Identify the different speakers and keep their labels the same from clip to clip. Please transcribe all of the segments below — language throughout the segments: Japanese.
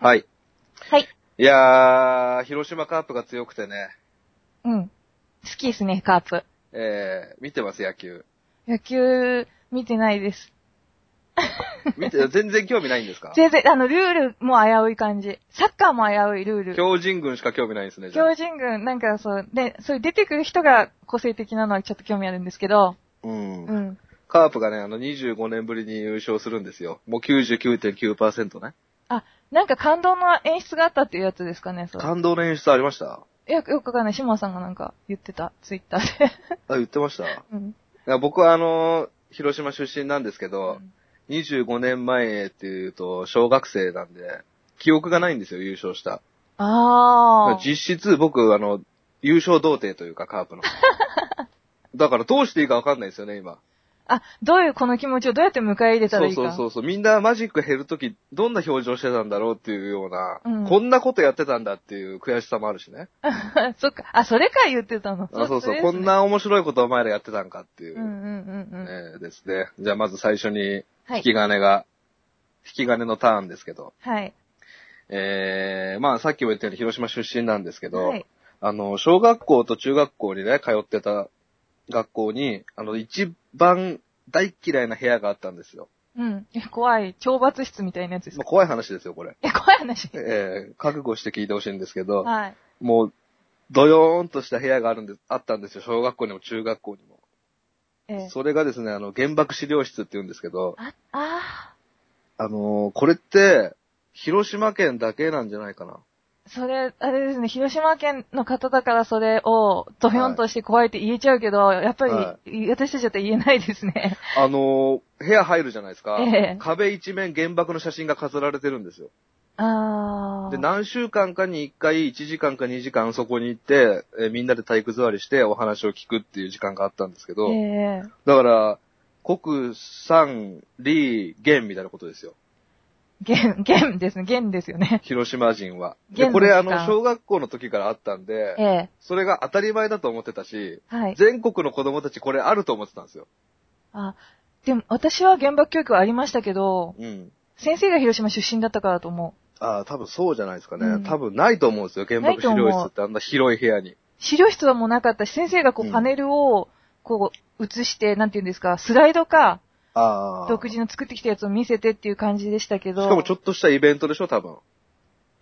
Speaker 1: はい。
Speaker 2: はい。
Speaker 1: いやー、広島カープが強くてね、
Speaker 2: うん。好きですね、カープ。
Speaker 1: えー、見てます、野 球。
Speaker 2: 野球、見てないです。
Speaker 1: 見て、全然興味ないんですか
Speaker 2: 全然、あの、ルールも危うい感じ。サッカーも危ういルール。
Speaker 1: 強人軍しか興味ないんですね、じゃあ
Speaker 2: 強人軍、なんかそう、で、そういう出てくる人が個性的なのはちょっと興味あるんですけど、
Speaker 1: う。
Speaker 2: うんん。
Speaker 1: カープがね、あの、25年ぶりに優勝するんですよ。もう99.9%ね。
Speaker 2: あ、なんか感動の演出があったっていうやつですかね、そう。
Speaker 1: 感動の演出ありました
Speaker 2: いや、よくわかんない。島さんがなんか言ってた、ツイッターで。
Speaker 1: あ、言ってましたい
Speaker 2: うん。
Speaker 1: や僕はあのー広島出身なんですけ
Speaker 2: う
Speaker 1: ど、
Speaker 2: ん
Speaker 1: 25年前っていうと、小学生なんで、記憶がないんですよ、優勝した。
Speaker 2: あー。
Speaker 1: 実質僕、あの、優勝童貞というか、カープの。 だからどうしていいかわかんないですよね、今。
Speaker 2: あ、どういうこの気持ちをどうやって迎え入れた
Speaker 1: そ
Speaker 2: ら
Speaker 1: う
Speaker 2: いいか。
Speaker 1: そうそうそう。みんなマジック減るとき、どんな表情してたんだろうっていうような、
Speaker 2: うん
Speaker 1: こんなことやってたんだっていう悔しさもあるしね。
Speaker 2: そっか。あ、それか言ってたの。
Speaker 1: あそうそう、
Speaker 2: れで
Speaker 1: こ
Speaker 2: すね
Speaker 1: ん。な面白いことお前らやってたんかっていうう、
Speaker 2: んうんうんうん。
Speaker 1: えーですね。じゃあまず最初に、
Speaker 2: は
Speaker 1: 引き
Speaker 2: い。
Speaker 1: 金が、引き金のターンですけど、
Speaker 2: はい。
Speaker 1: えー、まあさっきも言ったように広島出身なんですけど、
Speaker 2: はい。
Speaker 1: あの、小学校と中学校にね、通ってた学校に、あの、一番大嫌いな部屋があったんですよ。
Speaker 2: うん。え、怖い。懲罰室みたいなやつです
Speaker 1: まあ、
Speaker 2: か。
Speaker 1: 怖い話ですよ、これ。
Speaker 2: え、怖い話。
Speaker 1: えー、覚悟して聞いてほしいんですけど、
Speaker 2: はい。
Speaker 1: もう、ドヨーンとした部屋があるんで、あったんですよ。小学校にも中学校にも。
Speaker 2: えー
Speaker 1: それがですね、あの、原爆資料室って言うんですけど、
Speaker 2: あ、あ
Speaker 1: あのーこれって、広島県だけなんじゃないかな。
Speaker 2: ーそれ、あれですね、広島県の方だからそれを、ドヨンとして怖いって言えちゃうけど、やっぱり、
Speaker 1: は
Speaker 2: 私たちだって言えないですね。
Speaker 1: あのー部屋入るじゃないですか。
Speaker 2: ええ
Speaker 1: 壁一面原爆の写真が飾られてるんですよ。
Speaker 2: あー。
Speaker 1: で、何週間かに1回、1時間か2時間そこに行って、えーみんなで体育座りしてお話を聞くっていう時間があったんですけど、
Speaker 2: えー
Speaker 1: だから、国、産、理、元みたいなことですよ。
Speaker 2: ゲン、ゲンですね、ゲンですよね。
Speaker 1: 広島人は。で、
Speaker 2: 元
Speaker 1: こ
Speaker 2: の
Speaker 1: れあ
Speaker 2: 時間
Speaker 1: の、小学校の時からあったんで、
Speaker 2: ええ
Speaker 1: それが当たり前だと思ってたし、
Speaker 2: はい。
Speaker 1: 全国の子供たちこれあると思ってたんですよ。
Speaker 2: あ、でも、私は原爆教育はありましたけど、
Speaker 1: うん。
Speaker 2: 先生が広島出身だったからだと思う。
Speaker 1: ああ、多分そうじゃないですかね。
Speaker 2: うん
Speaker 1: 多分ないと思うんですよ。原爆資料室ってあんな広い部屋に。
Speaker 2: 資料室はもうなかったし、先生がこ
Speaker 1: う
Speaker 2: うんパネルを、こう、映して、なんて言うんですか、スライドか、
Speaker 1: ああ。
Speaker 2: 独自の作ってきたやつを見せてっていう感じでしたけど。
Speaker 1: しかもちょっとしたイベントでしょ、多分。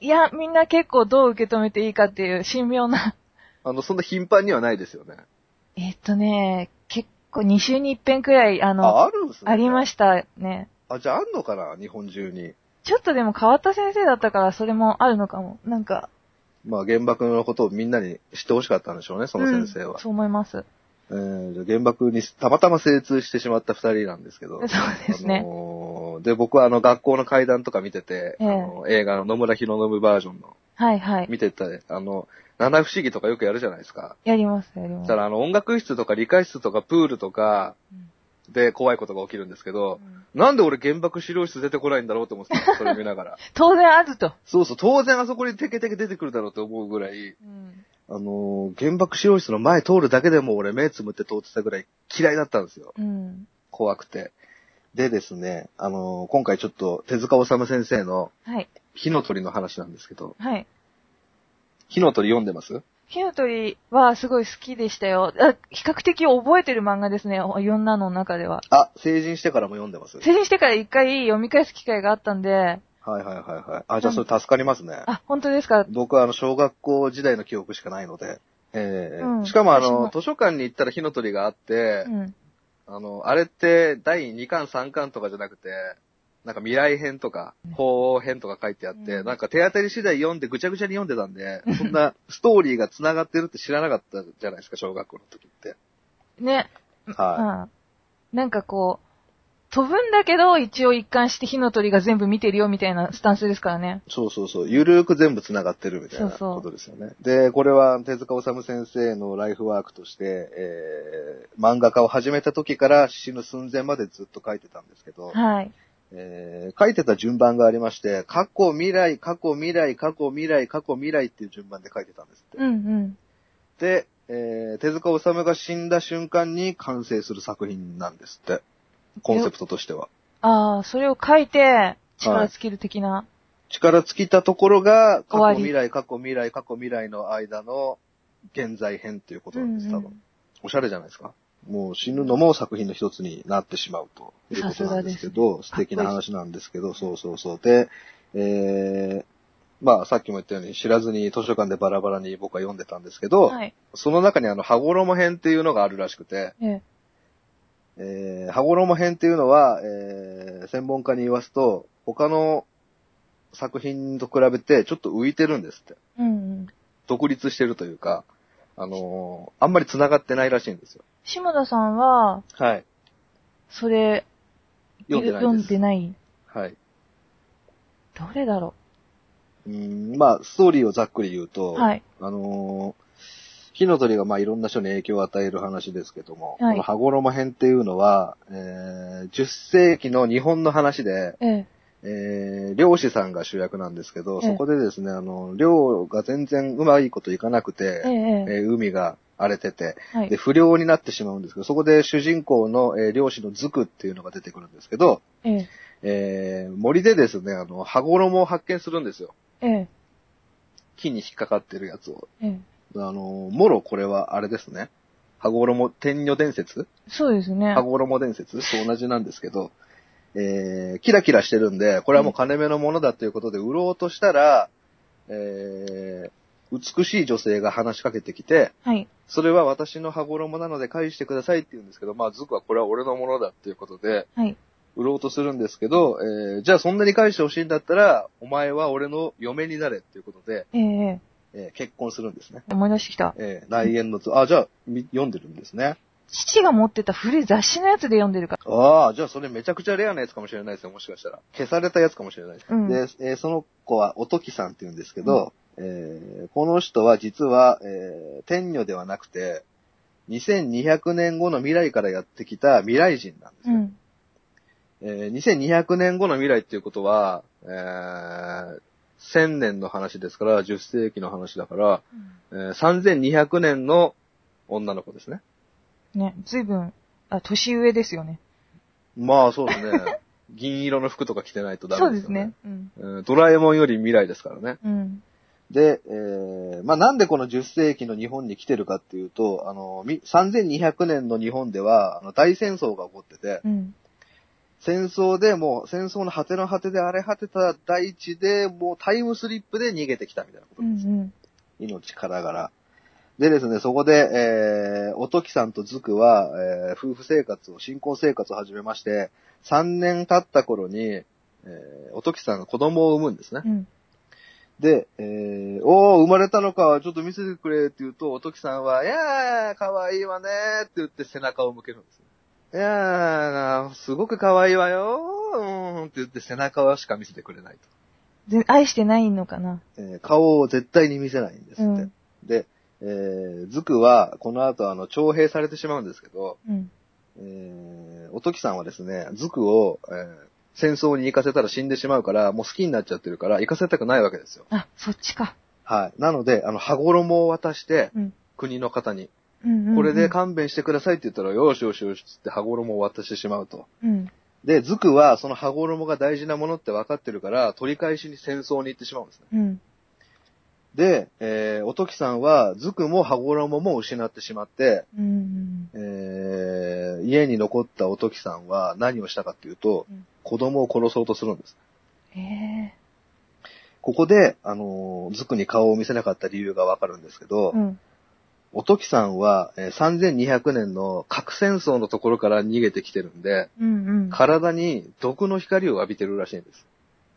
Speaker 2: いや、みんな結構どう受け止めていいかっていう、神妙な。
Speaker 1: あの、そんな頻繁にはないですよね。
Speaker 2: えっとね、結構2週に1遍くらい、あの、あ
Speaker 1: あ、あるんすね。
Speaker 2: りま
Speaker 1: し
Speaker 2: したね。
Speaker 1: た。あ、じゃああんのかな日本中に。
Speaker 2: ちょっとでも変わった先生だったから、それもあるのかも。なんか、
Speaker 1: まあ原爆のことをみんなに知ってほしかったんでしょうね、その先生
Speaker 2: うん
Speaker 1: は。
Speaker 2: そう思います。
Speaker 1: えーじゃあ原爆にたまたま精通してしまった二人なんですけど。
Speaker 2: そうです
Speaker 1: あ
Speaker 2: ね。
Speaker 1: のーで、僕はあの学校の階段とか見てて、あ
Speaker 2: ええ
Speaker 1: の映画の野村博信バージョンの
Speaker 2: はいはい。
Speaker 1: 見てて、あの、七不思議とかよくやるじゃないですか。
Speaker 2: やります、やり
Speaker 1: そ
Speaker 2: ま
Speaker 1: し
Speaker 2: す。
Speaker 1: たらあの音楽室とか理科室とかプールとか
Speaker 2: うん
Speaker 1: で怖いことが起きるんですけど、
Speaker 2: うん
Speaker 1: なんで俺原爆資料室出てこないんだろうと思ってたそれ見ながら。
Speaker 2: 当然あると。
Speaker 1: そうそう、当然あそこにテケテケ出てくるだろうと思うぐらい、あのー原爆資料室の前通るだけでも俺目つむって通ってたぐらい嫌いだったんですよ。
Speaker 2: うん。
Speaker 1: 怖くて。でですね、あのー今回ちょっと手塚治虫先生の
Speaker 2: はい。
Speaker 1: 火の鳥の話なんですけど、
Speaker 2: はい。
Speaker 1: 火の鳥読んでます
Speaker 2: 火の鳥はすごい好きでしたよ。あ比較的覚えてる漫画ですね。おいろんなの中では。
Speaker 1: あ、成人してからも読んでます。
Speaker 2: 成人してから一回読み返す機会があったんで、
Speaker 1: はいはいはいはい。あ、じゃあそれ助かりますね。
Speaker 2: あ、本当ですか
Speaker 1: 僕はあの、小学校時代の記憶しかないので、えー
Speaker 2: うん
Speaker 1: しかもあ
Speaker 2: 私
Speaker 1: の、
Speaker 2: も
Speaker 1: 図書館に行ったら火の鳥があって、
Speaker 2: うん。
Speaker 1: あの、あれって第2巻3巻とかじゃなくて、なんか未来編とか、法王編とか書いてあって、
Speaker 2: うん
Speaker 1: なんか手当たり次第読んでぐちゃぐちゃに読んでたんで、そんなストーリーが繋がってるって知らなかったじゃないですか、小学校の時って。
Speaker 2: ね。
Speaker 1: は
Speaker 2: うん。なんかこう、飛ぶんだけど、一応一貫して火の鳥が全部見てるよみたいなスタンスですからね。
Speaker 1: い。そうそうそう。ゆるーく全部繋がってるみたいな
Speaker 2: そうそう
Speaker 1: ことですよね。で、これは手塚治虫先生のライフワークとして、えー、漫画家を始めた時から死ぬ寸前までずっと書いてたんですけど、
Speaker 2: はい。
Speaker 1: えー書いてた順番がありまして、過去、未来、過去、未来、過去、未来、過去、未来っていう順番で書いてたんですって。
Speaker 2: うんうん。
Speaker 1: で、えー手塚治虫が死んだ瞬間に完成する作品なんですって。コンセプトとしては。
Speaker 2: ああ、それを書いて、力尽きる的な。
Speaker 1: 力尽きたところが、過
Speaker 2: 終わ
Speaker 1: 去
Speaker 2: り
Speaker 1: 未来、過去未来、過去未来の間の現在編っていうことなんです、多分。おしゃれじゃないですか。もう死ぬのも作品の一つになってしまうということなんですけど、素
Speaker 2: さすがですね
Speaker 1: 敵な話なんですけど、そうそうそう。で、えー、まあさっきも言ったように知らずに図書館でバラバラに僕は読んでたんですけど、
Speaker 2: はい。
Speaker 1: その中にあの、羽衣編っていうのがあるらしくて、
Speaker 2: ええ。
Speaker 1: えー、羽衣編っていうのは、えー、専門家に言わすと、他の作品と比べてちょっと浮いてるんですって。
Speaker 2: うんうん。
Speaker 1: 独立してるというか、あのーあんまり繋がってないらしいんですよ。
Speaker 2: 下田さんは、
Speaker 1: はい。
Speaker 2: それ、
Speaker 1: 読んでないです。
Speaker 2: ない
Speaker 1: はい。
Speaker 2: どれだろ
Speaker 1: うーん、まあ、ストーリーをざっくり言うと、
Speaker 2: う。はい。
Speaker 1: あのー火の鳥がまあいろんな人に影響を与える話ですけども、
Speaker 2: は
Speaker 1: こ
Speaker 2: い
Speaker 1: の羽衣編っていうのは、えー10世紀の日本の話で、
Speaker 2: ええ。
Speaker 1: えー漁師さんが主役なんですけど、
Speaker 2: ええ
Speaker 1: そこでですね、あの、漁が全然うまいこといかなく
Speaker 2: ええ
Speaker 1: て、え
Speaker 2: ええ。
Speaker 1: ー海が荒れてて、
Speaker 2: はい
Speaker 1: で、。不良になってしまうんですけど、そこで主人公の、えー漁師のズクっていうのが出てくるんですけど、
Speaker 2: ええ。
Speaker 1: えー森でですね、あの、羽衣を発見するんですよ。
Speaker 2: ええ。
Speaker 1: 木に引っかかってるやつを。
Speaker 2: ええ。
Speaker 1: あの、もろこれはあれですね。羽衣、天女伝説
Speaker 2: そうですね。
Speaker 1: 羽衣伝説と同じなんですけど、えー、キラキラしてるんで、これはもう金目のものだということで売ろうとしたら、えー、美しい女性が話しかけてきて、
Speaker 2: はい。
Speaker 1: それは私の羽衣なので返してくださいって言うんですけど、まあ、ズクはこれは俺のものだっていうことで、
Speaker 2: はい。
Speaker 1: 売ろうとするんですけど、えー、じゃあそんなに返してほしいんだったら、お前は俺の嫁になれっていうことで、
Speaker 2: えええ
Speaker 1: えー結婚するんですね。
Speaker 2: え。思い出してきた。
Speaker 1: えー、内縁の図。あ、じゃあ、み読んでるんですね。
Speaker 2: 父が持ってた古い雑誌のやつで読んでるか
Speaker 1: ああ、じゃあそれめちゃくちゃレアなやつかもしれないですよ、もしかしたら。消されたやつかもしれないです。
Speaker 2: ら。うん。
Speaker 1: で、えーその子はおときさんって言うんですけど、えーこの人は実は、えー天女ではなくて、2200年後の未来からやってきた未来人なんです
Speaker 2: う
Speaker 1: よ。
Speaker 2: ん。
Speaker 1: えー2200年後の未来っていうことは、えー1000年の話ですから、10世紀の話だから、えー3200年の女の子ですね。
Speaker 2: ね、ずいぶん、あ、年上ですよね。
Speaker 1: まあそうです ね。銀色の服とか着てないとダ
Speaker 2: そう
Speaker 1: メ
Speaker 2: で
Speaker 1: ですすよね
Speaker 2: ね。。うん。
Speaker 1: うんドラえもんより未来ですからね。
Speaker 2: うん。
Speaker 1: で、えー、まあなんでこの10世紀の日本に来てるかっていうと、あの、み3200年の日本ではあの大戦争が起こってて、
Speaker 2: うん。
Speaker 1: 戦争でもう戦争の果ての果てで荒れ果てた大地でもうタイムスリップで逃げてきたみたいなこと
Speaker 2: う
Speaker 1: なんですよ。
Speaker 2: ん。
Speaker 1: 命からがら。でですね、そこで、えー、おときさんとズクは、えー夫婦生活を、新婚生活を始めまして、3年経った頃に、えー、おときさんが子供を産むんですね
Speaker 2: う。ん。
Speaker 1: で、えー、おー、生まれたのか、ちょっと見せてくれって言うと、おときさんは、いやー、かわいいわねーって言って背中を向けるんですよ。いやー、すごくかわいいわよー、うーんって言って背中はしか見せてくれないと。
Speaker 2: で愛してないのかな。
Speaker 1: えー顔を絶対に見せないんですって。
Speaker 2: うん。
Speaker 1: で、えー、ズクは、この後、あの、徴兵されてしまうんですけど、
Speaker 2: うん。
Speaker 1: えー、おときさんはですね、ズクを、えー戦争に行かせたら死んでしまうから、もう好きになっちゃってるから、行かせたくないわけですよ。
Speaker 2: あ、そっちか。
Speaker 1: はい。なので、あの、羽衣を渡して、
Speaker 2: うん
Speaker 1: 国の方に、
Speaker 2: うん。うん
Speaker 1: これで、勘弁してくださいって言ったら、よしよしよしっつって羽衣を渡してしまうと。
Speaker 2: うん。
Speaker 1: で、ズクは、その羽衣が大事なものって分かってるから、取り返しに戦争に行ってしまうんですね。
Speaker 2: うん。
Speaker 1: で、えー、おときさんは、ズクも羽衣も失ってしまって、
Speaker 2: うん。
Speaker 1: えー家に残ったおときさんは何をしたかっていうと、
Speaker 2: うん
Speaker 1: 子供を殺そうとするんです。
Speaker 2: ええ。
Speaker 1: ここで、あのーズクに顔を見せなかった理由がわかるんですけど、
Speaker 2: うん。
Speaker 1: おときさんは、えー3200年の核戦争のところから逃げてきてるんで、
Speaker 2: うん。うん。
Speaker 1: 体に毒の光を浴びてるらしいんです。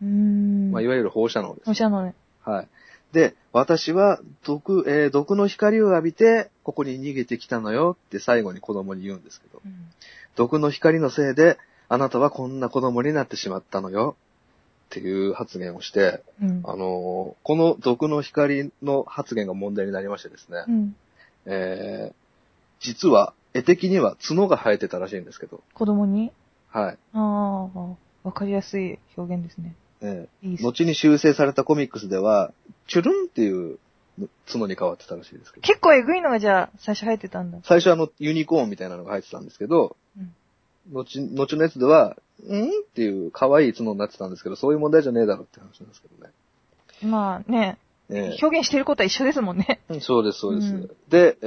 Speaker 2: うん。
Speaker 1: まあ、いわゆる放射能です。
Speaker 2: おしゃのね。
Speaker 1: はい。で、私は毒、えー毒の光を浴びて、ここに逃げてきたのよって最後に子供に言うんですけど、
Speaker 2: うん。
Speaker 1: 毒の光のせいで、あなたはこんな子供になってしまったのよ。っていう発言をして、
Speaker 2: うん。
Speaker 1: あのーこの毒の光の発言が問題になりましてですね、
Speaker 2: うん。
Speaker 1: えー、実は、絵的には角が生えてたらしいんですけど、
Speaker 2: 子供に
Speaker 1: はい。
Speaker 2: ああ、わかりやすい表現ですね。
Speaker 1: え
Speaker 2: いい
Speaker 1: ー
Speaker 2: です。
Speaker 1: 後に修正されたコミックスでは、チュルンっていう角に変わってたらしいですけど、
Speaker 2: 結構えぐいのがじゃあ、最初入ってたんだ。
Speaker 1: 最初はあの、ユニコーンみたいなのが入ってたんですけど、
Speaker 2: うん
Speaker 1: 後、後のやつでは、んっていう可愛い角になってたんですけど、そういう問題じゃねえだろって話なんですけどね。
Speaker 2: まあね、
Speaker 1: ええ
Speaker 2: 表現してることは一緒ですもんね。
Speaker 1: そうです、そうです。
Speaker 2: うん
Speaker 1: で、え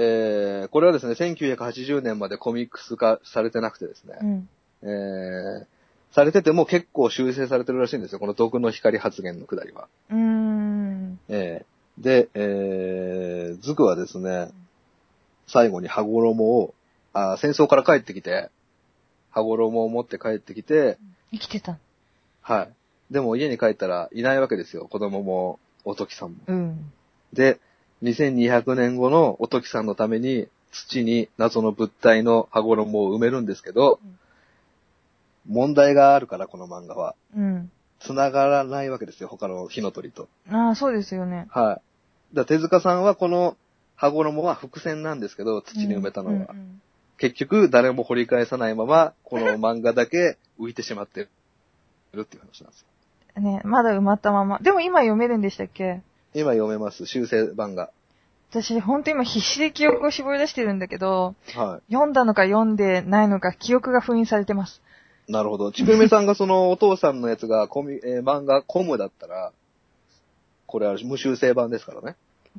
Speaker 1: ー、これはですね、1980年までコミックス化されてなくてですね
Speaker 2: う、ん。
Speaker 1: えー、されてても結構修正されてるらしいんですよ、この毒の光発言のくだりは。
Speaker 2: うーん。
Speaker 1: えー、で、えー、ズクはですね、最後に羽衣を、あー戦争から帰ってきて、羽衣を持って帰ってきて、
Speaker 2: 生きてた。
Speaker 1: はい。でも家に帰ったらいないわけですよ、子供も、おときさんも。
Speaker 2: うん。
Speaker 1: で、2200年後のおときさんのために、土に謎の物体の羽衣を埋めるんですけど
Speaker 2: うん、
Speaker 1: 問題があるから、この漫画は。
Speaker 2: うん。
Speaker 1: 繋がらないわけですよ、他の火の鳥と。
Speaker 2: ああ、そうですよね。
Speaker 1: はい。だから手塚さんはこの羽衣は伏線なんですけど、土に埋めたのは。
Speaker 2: うんうん
Speaker 1: 結局、誰も掘り返さないまま、この漫画だけ浮いてしまってるっていう話なんですよ。
Speaker 2: うんね、まだ埋まったまま。でも今読めるんでしたっけ
Speaker 1: 今読めます、修正版が。
Speaker 2: 私、ほんと今必死で記憶を絞り出してるんだけど、
Speaker 1: はい。
Speaker 2: 読んだのか読んでないのか記憶が封印されてます。
Speaker 1: なるほど。ちくめさんがそのお父さんのやつがコミ、えー漫画コムだったら、これは無修正版ですからね。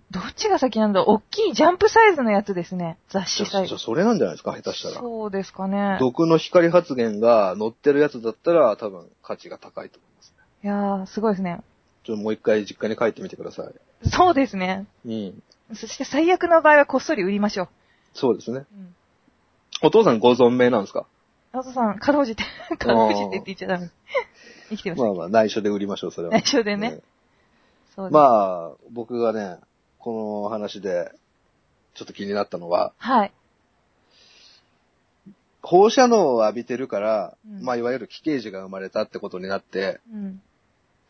Speaker 2: どっちが先なんだ大きいジャンプサイズのやつですね。雑
Speaker 1: じ
Speaker 2: 誌
Speaker 1: ゃ
Speaker 2: サイ
Speaker 1: じゃ
Speaker 2: ズ。
Speaker 1: それなんじゃないですか、下手したら。
Speaker 2: そうですかね。
Speaker 1: 毒の光発言が載ってるやつだったら多分価値が高いと思います。
Speaker 2: いやー、すごいですね。
Speaker 1: ちょっともう一回実家に帰ってみてください。
Speaker 2: そうですね。
Speaker 1: うん。
Speaker 2: そして最悪の場合はこっそり売りましょ
Speaker 1: そうですね。
Speaker 2: う。うん。
Speaker 1: お父さんご存命なんですか
Speaker 2: あとさん、かろうじて、かろうじてって言っちゃ ダメ。生きてます。
Speaker 1: まあまあ、内緒で売りましょう、それは。
Speaker 2: 内緒でね。そうです。
Speaker 1: まあ、僕がね、この話で、ちょっと気になったのは、
Speaker 2: はい。
Speaker 1: 放射能を浴びてるから、
Speaker 2: うん
Speaker 1: まあ、いわゆる奇形児が生まれたってことになって、
Speaker 2: うん。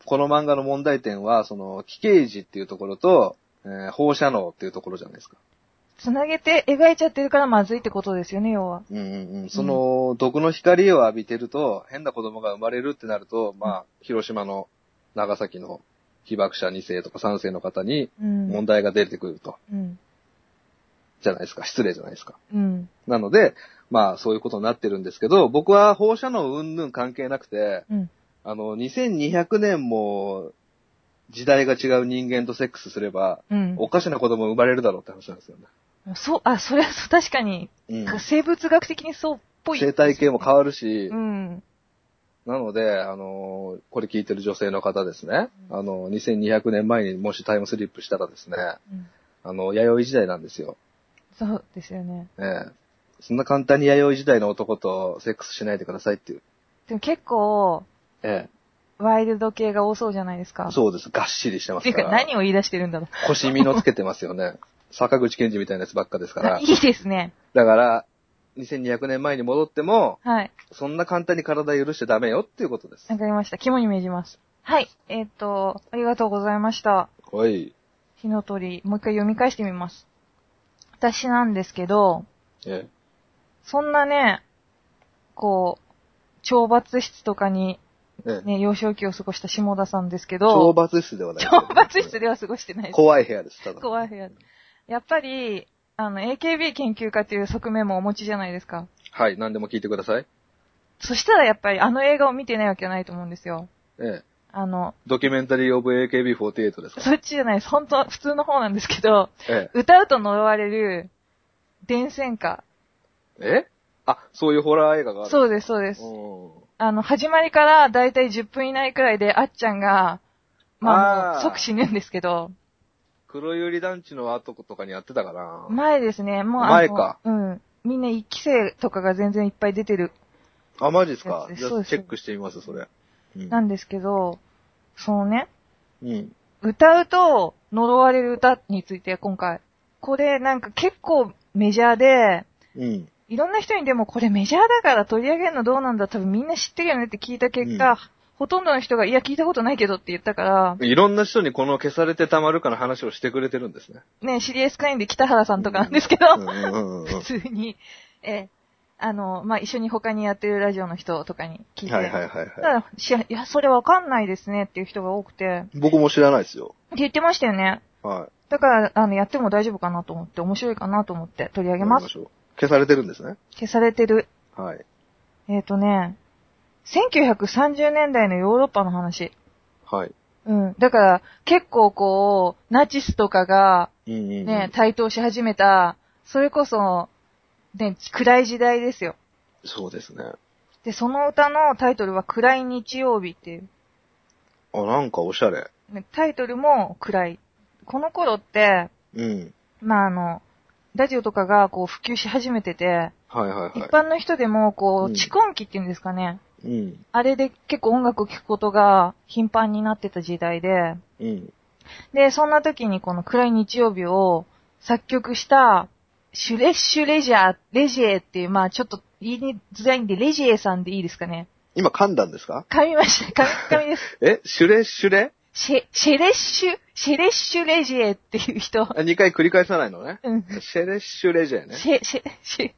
Speaker 1: この漫画の問題点は、その、奇形児っていうところと、えー放射能っていうところじゃないですか。
Speaker 2: つなげて描いちゃってるからまずいってことですよね、要は。
Speaker 1: うんうんうん。その、毒の光を浴びてると、変な子供が生まれるってなると、まあ、広島の、長崎の被爆者2世とか3世の方に
Speaker 2: うん。
Speaker 1: 問題が出てくると、
Speaker 2: うん。
Speaker 1: じゃないですか。失礼じゃないですか。
Speaker 2: うん。
Speaker 1: なので、まあ、そういうことになってるんですけど、僕は放射能云々関係なくて、
Speaker 2: うん
Speaker 1: あの、2200年も時代が違う人間とセックスすれば、
Speaker 2: うん。
Speaker 1: おかしな子供生まれるだろうって話なんですよね。
Speaker 2: そう、あ、それはそう、確かに、
Speaker 1: うん
Speaker 2: 生物学的にそうっぽい。
Speaker 1: 生態系も変わるし、
Speaker 2: うん。
Speaker 1: なので、あの、これ聞いてる女性の方ですね、
Speaker 2: うん
Speaker 1: あの、2200年前にもしタイムスリップしたらですね、
Speaker 2: うん。
Speaker 1: あの、弥生時代なんですよ。
Speaker 2: そうですよね。
Speaker 1: ええそんな簡単に弥生時代の男とセックスしないでくださいっていう。
Speaker 2: でも結構、
Speaker 1: え
Speaker 2: ワイルド系が多そうじゃないです
Speaker 1: え
Speaker 2: か。
Speaker 1: そうです。がっしりしてま
Speaker 2: っ
Speaker 1: す
Speaker 2: ていう
Speaker 1: か。
Speaker 2: から何を言い出してるんだろ
Speaker 1: 腰身のつけてますよね。坂口健二みたいなやつばっかですか
Speaker 2: う。あ
Speaker 1: ら
Speaker 2: い。いですね。
Speaker 1: だから、2200年前に戻っても、
Speaker 2: はい。
Speaker 1: そんな簡単に体許しちゃダメよっていうことです。
Speaker 2: わかりました。肝に銘じます。はい。えーっ、と、ありがとうございました。
Speaker 1: はい。
Speaker 2: 火の鳥、もう一回読み返してみます。私なんですけど、
Speaker 1: え
Speaker 2: そんなね、こう、懲罰室とかに
Speaker 1: え。ええ。
Speaker 2: ね、幼少期を過ごした下田さんですけど、
Speaker 1: 懲罰室ではない。
Speaker 2: 懲罰室では過ごしてないです。
Speaker 1: 怖い部屋です、ただ。
Speaker 2: 怖い部屋。やっぱり、あの、AKB 研究家という側面もお持ちじゃないですか。
Speaker 1: はい、何でも聞いてください。
Speaker 2: そしたらやっぱりあの映画を見てないわけないと思うんですよ。
Speaker 1: ええ。
Speaker 2: あの、
Speaker 1: ドキュメンタリーオブ AKB48 ですか
Speaker 2: そっちじゃないです。本当は普通の方なんですけど、
Speaker 1: え
Speaker 2: 歌うと呪われる、伝染歌。
Speaker 1: え。えあ、そういうホラー映画がある。
Speaker 2: そうです、そうです。あの、始まりからだいたい10分以内くらいで、あっちゃんが、まあ、
Speaker 1: あ
Speaker 2: も
Speaker 1: ー
Speaker 2: う即死ぬんですけど、
Speaker 1: 黒百合団地の後とかにやってたから。
Speaker 2: 前ですね、もうあの、
Speaker 1: 前か
Speaker 2: うん。みんな一期生とかが全然いっぱい出てる、
Speaker 1: あ、マジですか
Speaker 2: そうです
Speaker 1: じゃ
Speaker 2: そう
Speaker 1: あ
Speaker 2: です
Speaker 1: チェックしてみます、それ。うん
Speaker 2: なんですけど、そのね、
Speaker 1: うん。
Speaker 2: 歌うと呪われる歌について今回。これなんか結構メジャーで、
Speaker 1: うん。
Speaker 2: いろんな人にでもこれメジャーだから取り上げるのどうなんだ多分みんな知ってるよねって聞いた結果、
Speaker 1: うん
Speaker 2: ほとんどの人がいや聞いたことないけどって言ったから、
Speaker 1: いろんな人にこの消されてたまるかの話をしてくれてるんですね。
Speaker 2: ね、シリエス会員で北原さんとかなんですけど、
Speaker 1: うんうんうんうん
Speaker 2: 普通に、え、あの、まあ、一緒に他にやってるラジオの人とかに聞いて、
Speaker 1: はいはいはい
Speaker 2: た
Speaker 1: は
Speaker 2: だしいや、それわかんないですねっていう人が多くて、
Speaker 1: い。僕も知らないですよ。
Speaker 2: って言ってましたよね。
Speaker 1: は
Speaker 2: だから、あの、やっても大丈夫かなと思って、面白いかなと思って取り上
Speaker 1: い。
Speaker 2: げ
Speaker 1: や
Speaker 2: ま
Speaker 1: り
Speaker 2: す。
Speaker 1: しょう消されてるんですね。
Speaker 2: 消されてる。
Speaker 1: はい。
Speaker 2: えっ、とね、 1930年代のヨーロッパの話。
Speaker 1: はい。
Speaker 2: うん。だから、結構こう、ナチスとかが、
Speaker 1: うんうんうん。
Speaker 2: ね、台頭し始めた、それこそ、ね、暗い時代ですよ。
Speaker 1: そうですね。
Speaker 2: で、その歌のタイトルは暗い日曜日っていう。
Speaker 1: あ、なんかおしゃれ。
Speaker 2: ねタイトルも暗い。この頃って、
Speaker 1: うん。
Speaker 2: まああの、ラジオとかがこう普及し始めてて、
Speaker 1: はいはい
Speaker 2: 一
Speaker 1: は
Speaker 2: 般の人でもこ
Speaker 1: う
Speaker 2: う、
Speaker 1: ん
Speaker 2: 遅婚期っていうんですかね。
Speaker 1: い。うん。
Speaker 2: あれで結構音楽を聴くことが頻繁になってた時代で、
Speaker 1: うん。
Speaker 2: で、そんな時にこの暗い日曜日を作曲した、シュレッシュレジャー、レジェーっていう、まあちょっと言いづらいんで、レジェーさんでいいですかね。
Speaker 1: 今噛んだんですか
Speaker 2: 噛みました。噛み、噛みです。
Speaker 1: えシュレシュレ
Speaker 2: シェ、シェレッシュ、シェレッシュレジェーっていう人。
Speaker 1: あ二回繰り返さないのね。
Speaker 2: うん。
Speaker 1: シェレシュレジェね。
Speaker 2: シェ、シェ、シ ェ、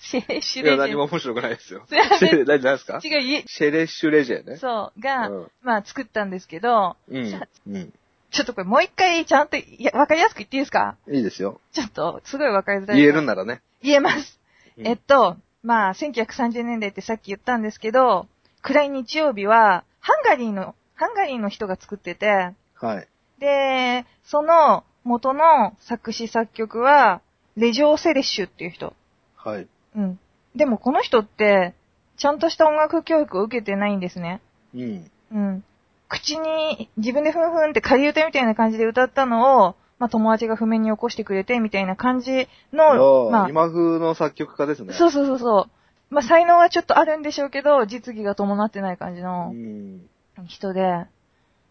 Speaker 2: シェレッシュ
Speaker 1: いや、
Speaker 2: レ
Speaker 1: 何
Speaker 2: ジェ
Speaker 1: も
Speaker 2: ー。
Speaker 1: 面白くないですよ。
Speaker 2: す いませ
Speaker 1: シ
Speaker 2: ん
Speaker 1: ェレ、何何ですか
Speaker 2: 違う、い
Speaker 1: シェレシュレジェね。
Speaker 2: そう、が、
Speaker 1: うん
Speaker 2: まあ作ったんですけど、
Speaker 1: うん。うん。
Speaker 2: ちょっとこれもう一回ちゃんと、いや、わかりやすく言っていいですか
Speaker 1: いいですよ。
Speaker 2: ちょっと、すごいわかりづらい。
Speaker 1: 言えるんならね。
Speaker 2: 言えます。
Speaker 1: うん
Speaker 2: えっと、まあ、1930年代ってさっき言ったんですけど、暗い日曜日は、ハンガリーの、ハンガリーの人が作ってて、
Speaker 1: はい。
Speaker 2: で、その元の作詞作曲は、レジオ・セレッシュっていう人。
Speaker 1: はい。
Speaker 2: うん。でもこの人って、ちゃんとした音楽教育を受けてないんですね。
Speaker 1: うん。
Speaker 2: うん。口に自分でふんふんって仮歌みたいな感じで歌ったのを、まあ友達が譜面に起こしてくれてみたいな感じの、ま
Speaker 1: あ
Speaker 2: あ
Speaker 1: あ、今風の作曲家ですね。
Speaker 2: そうそうそうそう。まあ、才能はちょっとあるんでしょうけど、実技が伴ってない感じ
Speaker 1: う
Speaker 2: の
Speaker 1: ん。
Speaker 2: 人で。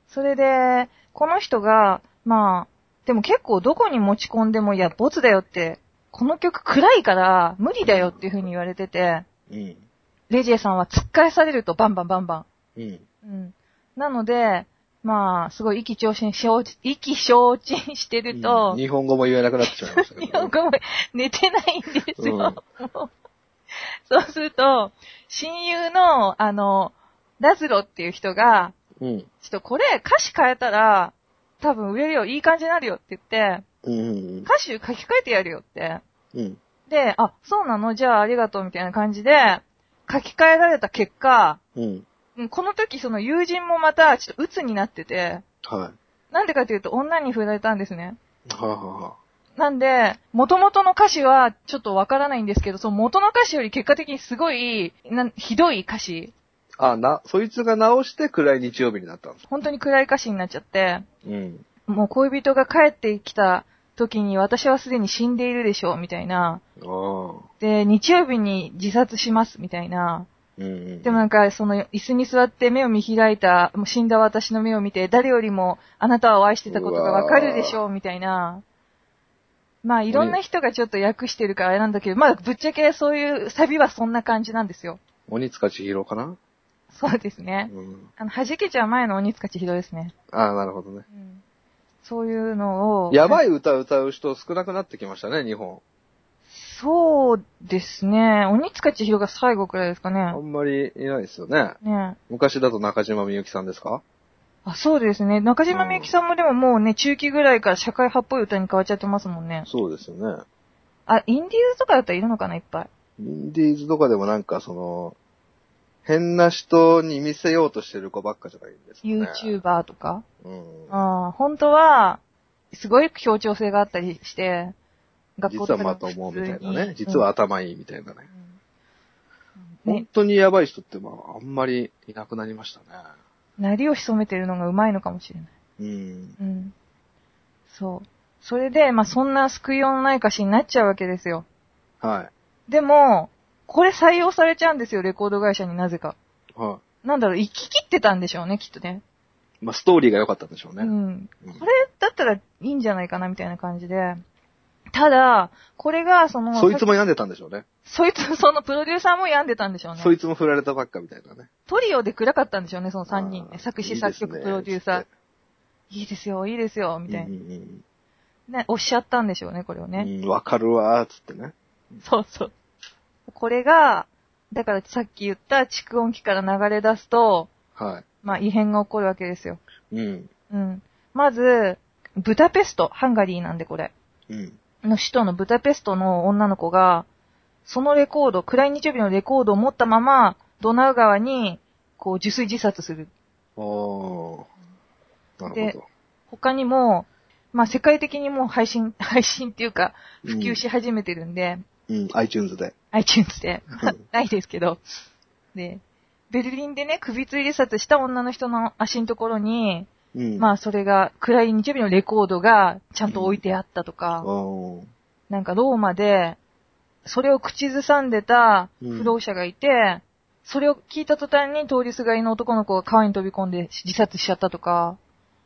Speaker 2: それで、この人が、まあ、でも結構どこに持ち込んでも、いや、ボツだよって、この曲暗いから無理だよっていう風に言われてて、
Speaker 1: うん。
Speaker 2: レジェさんは突っ返されるとバンバンバンバ
Speaker 1: うん。
Speaker 2: ン。うん。なので、まあ、すごい意気消沈し、意気消沈してると、
Speaker 1: 日本語も言えなくなってしまいましたけ
Speaker 2: 日
Speaker 1: ど
Speaker 2: 本
Speaker 1: ね。
Speaker 2: 語も寝てないんですよ。
Speaker 1: うん
Speaker 2: そうすると、親友の、あの、ラズロっていう人が、
Speaker 1: うん。
Speaker 2: ちょっとこれ歌詞変えたら、多分売れるよ、いい感じになるよって言って、
Speaker 1: うん。
Speaker 2: 歌詞書き換えてやるよって。
Speaker 1: うん。
Speaker 2: で、あ、そうなのじゃあありがとうみたいな感じで、書き換えられた結果、
Speaker 1: うん。
Speaker 2: うんこの時その友人もまたちょっと鬱になってて、
Speaker 1: はい。
Speaker 2: なんでかというと女に振られたんですね。
Speaker 1: はあは
Speaker 2: なんで、元々の歌詞はちょっとわからないんですけど、その元の歌詞より結果的にすごい、なんひどい歌詞、
Speaker 1: あ。あ、な、そいつが直して暗い日曜日になったんです。
Speaker 2: 本当に暗い歌詞になっちゃって、
Speaker 1: うん。
Speaker 2: もう恋人が帰ってきた時に私はすでに死んでいるでしょう、みたいな。
Speaker 1: ああ。
Speaker 2: で、日曜日に自殺します、みたいな。
Speaker 1: うん。
Speaker 2: でもなんか、その、椅子に座って目を見開いた、もう死んだ私の目を見て、誰よりもあなたを愛してたことがわかるでしょう、みたいな。まあ、いろんな人がちょっと訳してるからあれなんだけど、まあ、ぶっちゃけそういうサビはそんな感じなんですよ。
Speaker 1: 鬼塚千尋かな
Speaker 2: そうです
Speaker 1: う
Speaker 2: ね。
Speaker 1: ん。
Speaker 2: あの、弾けちゃう前の鬼塚千尋ですね。
Speaker 1: ああ、なるほどね。
Speaker 2: うん、そういうのを。
Speaker 1: やば
Speaker 2: い
Speaker 1: い歌歌う人少なくなってきましたね、日本。
Speaker 2: そうですね。鬼塚千尋が最後くらいですかね
Speaker 1: あ。んまりいないですよね。
Speaker 2: ね
Speaker 1: 昔だと中島みゆきさんですか
Speaker 2: あ、そうですね。中島みゆきさんもでももうね、中期ぐらいから社会派っぽい歌に変わっちゃってますもんね。
Speaker 1: そうですよね。
Speaker 2: あ、インディーズとかだったらいるのかないっぱい。
Speaker 1: インディーズとかでもなんかその、変な人に見せようとしてる子ばっかじゃないんですかね。。
Speaker 2: YouTuber とか。
Speaker 1: うん。
Speaker 2: ああ、本当は、すごい協調性があったりして、学校
Speaker 1: 実
Speaker 2: と
Speaker 1: は
Speaker 2: か
Speaker 1: まともみたいなね。実は頭いいみたいなね。
Speaker 2: うん、
Speaker 1: 本
Speaker 2: ね、
Speaker 1: 当にやばい人ってまあ、あんまりいなくなりましたね。
Speaker 2: なりを潜めてるのがうまいのかもしれない。
Speaker 1: うん。
Speaker 2: うん。そう。それで、まあ、そんな救いようのない歌詞になっちゃうわけですよ。
Speaker 1: は
Speaker 2: でも、これ採用されちゃうんですよ、レコード会社になぜか。
Speaker 1: い。は
Speaker 2: なんだろう、行き切ってたんでしょうね、きっとね。
Speaker 1: い。まあ、ストーリーが良かったんでしょうね。
Speaker 2: うん。
Speaker 1: うん
Speaker 2: これだったらいいんじゃないかな、みたいな感じで。ただ、これが、その、
Speaker 1: そいつも病んでたんでしょうね。
Speaker 2: そいつ、そのプロデューサーも病んでたんでしょうね
Speaker 1: そ。いつも振られたばっかみたいなね。
Speaker 2: トリオで暗かったんでしょうね、その3人ね。
Speaker 1: あー
Speaker 2: 作
Speaker 1: いい
Speaker 2: 詞、
Speaker 1: ですね
Speaker 2: 作曲、プロデューサー。いいですよ、いいですよ、みたい
Speaker 1: うんう
Speaker 2: な。
Speaker 1: んうん
Speaker 2: ね、おっしゃったんでしょうね、これをね。
Speaker 1: うん、わかるわー、つってね。
Speaker 2: そうそう。これが、だからさっき言った蓄音機から流れ出すと、
Speaker 1: は
Speaker 2: まあ異変が起こるわけですよ。
Speaker 1: い。うん。
Speaker 2: うん。まず、ブダペスト、ハンガリーなんでこれ、
Speaker 1: うん。
Speaker 2: の首都のブダペストの女の子が、そのレコード、暗い日曜日のレコードを持ったまま、ドナウ川に、こう、受水自殺する。
Speaker 1: あー。なるほど。
Speaker 2: 他にも、まあ、世界的にもう配信、 配信っていうか、普及し始めてるんで、
Speaker 1: うん、iTunes で。
Speaker 2: iTunes で
Speaker 1: ん、
Speaker 2: ないですけど、で、ベルリンでね、首吊り自殺した女の人の足のところに、
Speaker 1: うん。
Speaker 2: まあ、それが、暗い日曜日のレコードがちゃんと置いてあったと
Speaker 1: あ
Speaker 2: か、
Speaker 1: ー。
Speaker 2: なんかローマで、それを口ずさんでた不老者がいて、それを聞いた途端に通りすがりの男の子が川に飛び込んで自殺しちゃったとか、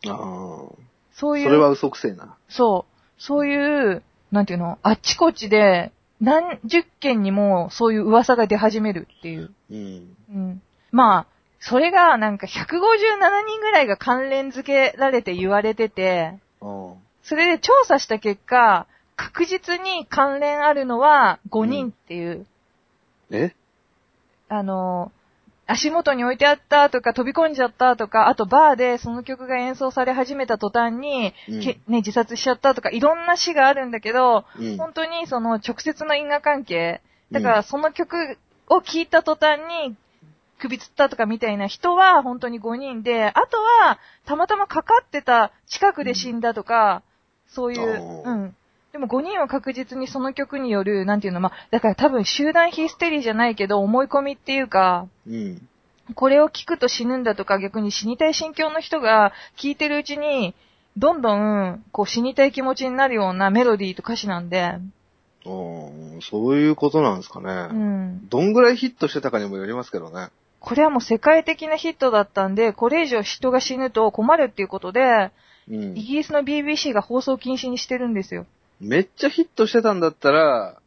Speaker 1: あー。
Speaker 2: そ
Speaker 1: そう
Speaker 2: いう、
Speaker 1: れは嘘くせえな。
Speaker 2: そう、そういう、なんていうの、あっちこっちで何十件にもそういう噂が出始めるっていう。
Speaker 1: うん。
Speaker 2: うん。まあ、それがなんか157人ぐらいが関連付けられて言われてて、
Speaker 1: あー。
Speaker 2: それで調査した結果、確実に関連あるのは5人っていう、
Speaker 1: え
Speaker 2: あの、足元に置いてあったとか飛び込んじゃったとか、あとバーでその曲が演奏され始めた途端に、
Speaker 1: うん
Speaker 2: けね、自殺しちゃったとか、いろんな死があるんだけど、
Speaker 1: うん。
Speaker 2: 本当にその直接の因果関係、だからその曲を聴いた途端に首吊ったとかみたいな人は本当に5人で、あとはたまたまかかってた近くで死んだとか、そういう、
Speaker 1: お
Speaker 2: う
Speaker 1: ー
Speaker 2: ん。でも5人は確実にその曲による、なんていうの、まあ、だから多分集団ヒステリーじゃないけど思い込みっていうか、
Speaker 1: うん。
Speaker 2: これを聞くと死ぬんだとか逆に死にたい心境の人が聞いてるうちに、どんどんこう死にたい気持ちになるようなメロディーと歌詞なんで、
Speaker 1: あーそういうことなんですか
Speaker 2: う
Speaker 1: ね。
Speaker 2: ん。
Speaker 1: どんぐらいヒットしてたかにもよりますけどね。
Speaker 2: これはもう世界的なヒットだったんで、これ以上人が死ぬと困るっていうことで、
Speaker 1: う
Speaker 2: イ
Speaker 1: ん。
Speaker 2: ギリスの BBC が放送禁止にしてるんですよ。
Speaker 1: めっちゃヒットしてたんだったら、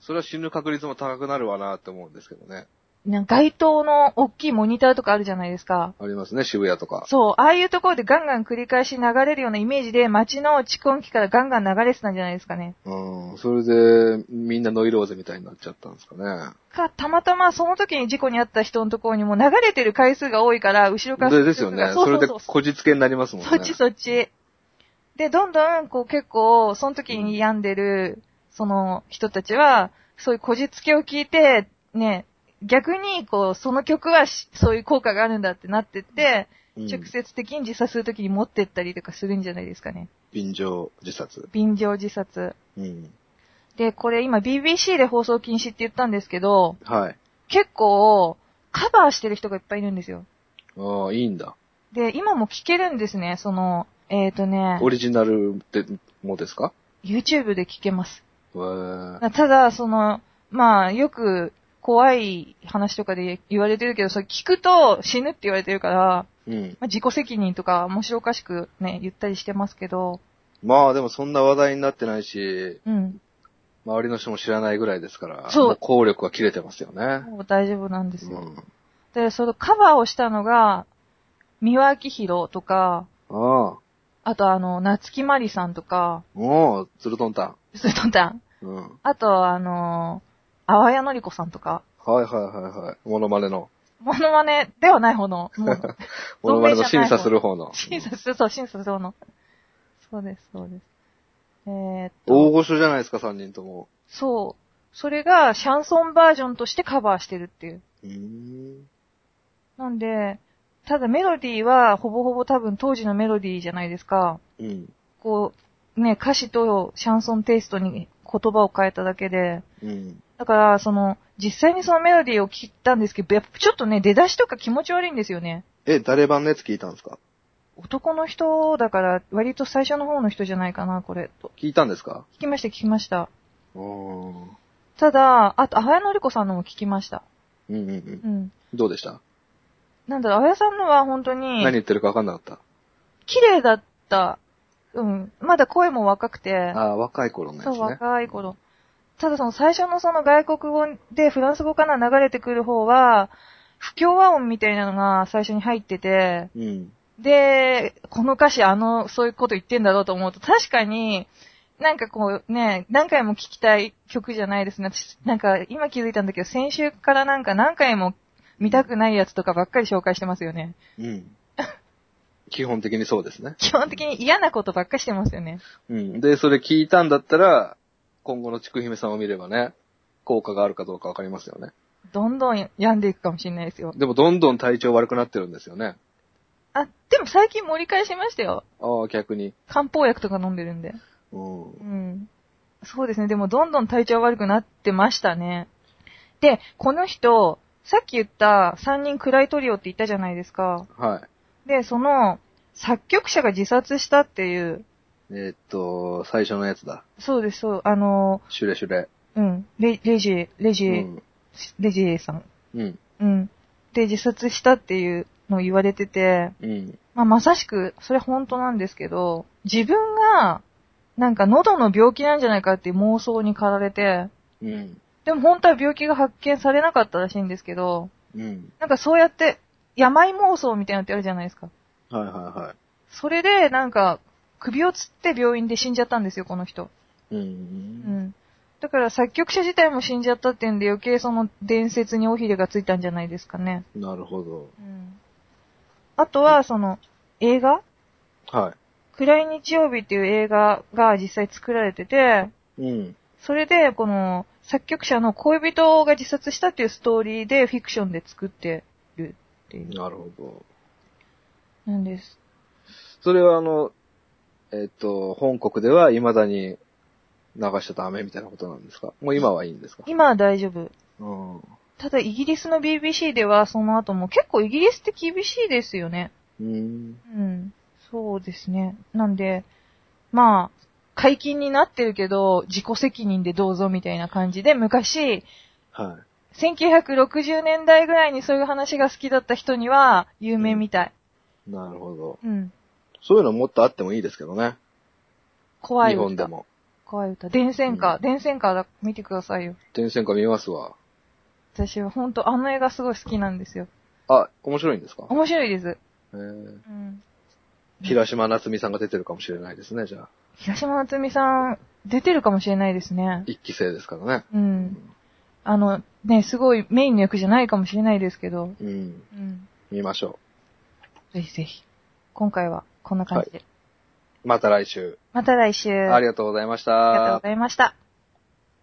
Speaker 1: それは死ぬ確率も高くなるわなって思うんですけどね。
Speaker 2: なんか街灯の大きいモニターとかあるじゃないですか。
Speaker 1: ありますね、渋谷とか。
Speaker 2: そう、ああいうところでガンガン繰り返し流れるようなイメージで、街の蓄音機からガンガン流れてたんじゃないですかね。
Speaker 1: うん。それで、みんなノイローゼみたいになっちゃったんですかね。
Speaker 2: か、たまたまその時に事故に遭った人のところにも流れてる回数が多いから、後ろから
Speaker 1: でですよね。
Speaker 2: そう
Speaker 1: そ
Speaker 2: そ
Speaker 1: れ
Speaker 2: うそ
Speaker 1: で
Speaker 2: うそう
Speaker 1: こじつけになりますもんね。
Speaker 2: そっちそっち。で、どんどん、こう結構、その時に病んでる、その人たちは、そういうこじつけを聞いて、ね、逆に、こう、その曲はしそういう効果があるんだってなってって、
Speaker 1: うん
Speaker 2: 直接的に自殺する時に持ってったりとかするんじゃないですかね。
Speaker 1: 便乗自殺。
Speaker 2: 便乗自殺。
Speaker 1: うん。
Speaker 2: で、これ今 BBC で放送禁止って言ったんですけど、
Speaker 1: はい。
Speaker 2: 結構、カバーしてる人がいっぱいいるんですよ。
Speaker 1: ああ、いいんだ。
Speaker 2: で、今も聞けるんですね、その、えっ、とね、
Speaker 1: オリジナルでもですか
Speaker 2: YouTube で聞けます。
Speaker 1: へー
Speaker 2: まあただ、その、まあ、よく怖い話とかで言われてるけど、それ聞くと死ぬって言われてるから、
Speaker 1: うん。
Speaker 2: まあ、自己責任とか面白おかしくね、言ったりしてますけど、
Speaker 1: まあでもそんな話題になってないし、
Speaker 2: うん、
Speaker 1: 周りの人も知らないぐらいですから、
Speaker 2: そう
Speaker 1: も効力は切れてますよね。
Speaker 2: もう大丈夫なんです
Speaker 1: う
Speaker 2: よ。
Speaker 1: ん。
Speaker 2: で、そのカバーをしたのが、三輪明宏とか、
Speaker 1: ああ、
Speaker 2: あとあの、夏木マリさんとか、
Speaker 1: もう、ツルトンタン。
Speaker 2: それとだ、
Speaker 1: うん。はい
Speaker 2: あとあの、あわやのりこさんとか、
Speaker 1: はいはいはい。モノマネの。
Speaker 2: モノマネではない方の、もう、
Speaker 1: モノマネの審査する方の。
Speaker 2: 審査する、そう、審査するの。そうです、そうです。えーっ
Speaker 1: 大
Speaker 2: と、
Speaker 1: 御所じゃないですか、3人とも。
Speaker 2: そう。それが、シャンソンバージョンとしてカバーしてるっていう。
Speaker 1: うーん。
Speaker 2: なんで、ただメロディーは、ほぼほぼ多分当時のメロディーじゃないですか。
Speaker 1: うん。
Speaker 2: こう、ね、歌詞とシャンソンテイストに言葉を変えただけで。
Speaker 1: うん。
Speaker 2: だから、その、実際にそのメロディーを聞いたんですけど、やっぱちょっとね、出だしとか気持ち悪いんですよね。
Speaker 1: え、誰版のやつ聞いたんですか
Speaker 2: 男の人だから、割と最初の方の人じゃないかな、これ。と
Speaker 1: 聞いたんですか
Speaker 2: 聞きました、聞きました。
Speaker 1: うーん。
Speaker 2: ただ、あと、あやのりこさんのも聞きました。
Speaker 1: うんうんうん
Speaker 2: う。ん。
Speaker 1: どうでした、
Speaker 2: なんだろう、あやさんのは本当に
Speaker 1: 何、言ってるか分かんなかった。
Speaker 2: 綺麗だった。うん。まだ声も若くて、
Speaker 1: ああ、若い頃のやつ
Speaker 2: そう、
Speaker 1: ね。
Speaker 2: 若い頃。ただその最初のその外国語でフランス語から流れてくる方は、不協和音みたいなのが最初に入ってて、
Speaker 1: うん。
Speaker 2: で、この歌詞あの、そういうこと言ってんだろうと思うと、確かに、なんかこうね、何回も聴きたい曲じゃないですね。私、なんか今気づいたんだけど、先週からなんか何回も見たくないやつとかばっかり紹介してますよね。
Speaker 1: うん。基本的にそうですね。
Speaker 2: 基本的に嫌なことばっかしてますよね。
Speaker 1: うん。で、それ聞いたんだったら、今後のちくひめさんを見ればね、効果があるかどうか分かりますよね。
Speaker 2: どんどん病んでいくかもしれないですよ。
Speaker 1: でもどんどん体調悪くなってるんですよね。
Speaker 2: あ、でも最近盛り返しましたよ。
Speaker 1: ああ、逆に。
Speaker 2: 漢方薬とか飲んでるんで。
Speaker 1: うん。うん
Speaker 2: うん。そうですね。でもどんどん体調悪くなってましたね。で、この人、さっき言った3人暗いトリオって言ったじゃないですか。
Speaker 1: は
Speaker 2: で、その、作曲者が自殺したっていう、
Speaker 1: い。えーっと、最初のやつだ。
Speaker 2: そうです、そう、あの、
Speaker 1: シュレシュレ。
Speaker 2: うん、レレジ、レジ、
Speaker 1: うん。
Speaker 2: レジさん。
Speaker 1: うん。
Speaker 2: うん。で、自殺したっていうのを言われてて、
Speaker 1: うん。
Speaker 2: まあ、まさしく、それ本当なんですけど、自分が、なんか喉の病気なんじゃないかっていう妄想に駆られて、
Speaker 1: うん。
Speaker 2: でも本当は病気が発見されなかったらしいんですけど、
Speaker 1: うん。
Speaker 2: なんかそうやって、病妄想みたいなのってあるじゃないですか。
Speaker 1: はいはいは
Speaker 2: それで、なんか、首をつって病院で死んじゃったんですよ、この人。
Speaker 1: い。う。
Speaker 2: うんん。だから作曲者自体も死んじゃったっていうんで余計その伝説に尾ひれがついたんじゃないですかね。
Speaker 1: なるほど。
Speaker 2: うん。あとは、その、映画
Speaker 1: は
Speaker 2: 暗い日曜日っていう映画が実際作られてて、
Speaker 1: い。うん。
Speaker 2: それで、この、作曲者の恋人が自殺したっていうストーリーでフィクションで作ってるっていう、
Speaker 1: なるほど。
Speaker 2: なんです。
Speaker 1: それはあの、えーっと、本国では未だに流しちゃダメみたいなことなんですかもう今はいいんですか
Speaker 2: 今は大丈夫。
Speaker 1: うん。う
Speaker 2: ただ、イギリスの BBC では、その後も結構イギリスって厳しいですよね。
Speaker 1: ん。
Speaker 2: うん。そうですね。なんで、まあ、解禁になってるけど、自己責任でどうぞみたいな感じで、昔、
Speaker 1: は
Speaker 2: 1960年代ぐらいにそういう話が好きだった人には、有名みたい。
Speaker 1: い。なるほど。
Speaker 2: うん。
Speaker 1: そういうのもっとあってもいいですけどね。
Speaker 2: 怖い
Speaker 1: 日
Speaker 2: 歌。
Speaker 1: 本でも。
Speaker 2: 怖い歌。電線歌。
Speaker 1: うん
Speaker 2: 電線歌だ、見てくださいよ。
Speaker 1: 電線化見ますわ。
Speaker 2: 私は本当あの映画すごい好きなんですよ。
Speaker 1: あ、面白いんですか
Speaker 2: 面白いです。
Speaker 1: へー
Speaker 2: うん。
Speaker 1: 平島夏美さんが出てるかもしれないですね、じゃあ。
Speaker 2: 平島夏美さん、出てるかもしれないですね。
Speaker 1: 一期生ですからね。
Speaker 2: う。。
Speaker 1: うん
Speaker 2: あの、ね、すごいメインの役じゃないかもしれないですけど。
Speaker 1: うん。
Speaker 2: うん。
Speaker 1: 見ましょ
Speaker 2: ぜひぜひ。今回はこんな感じで。
Speaker 1: う。また来週。
Speaker 2: また来週。
Speaker 1: ありがとうございました。
Speaker 2: ありがとうございました。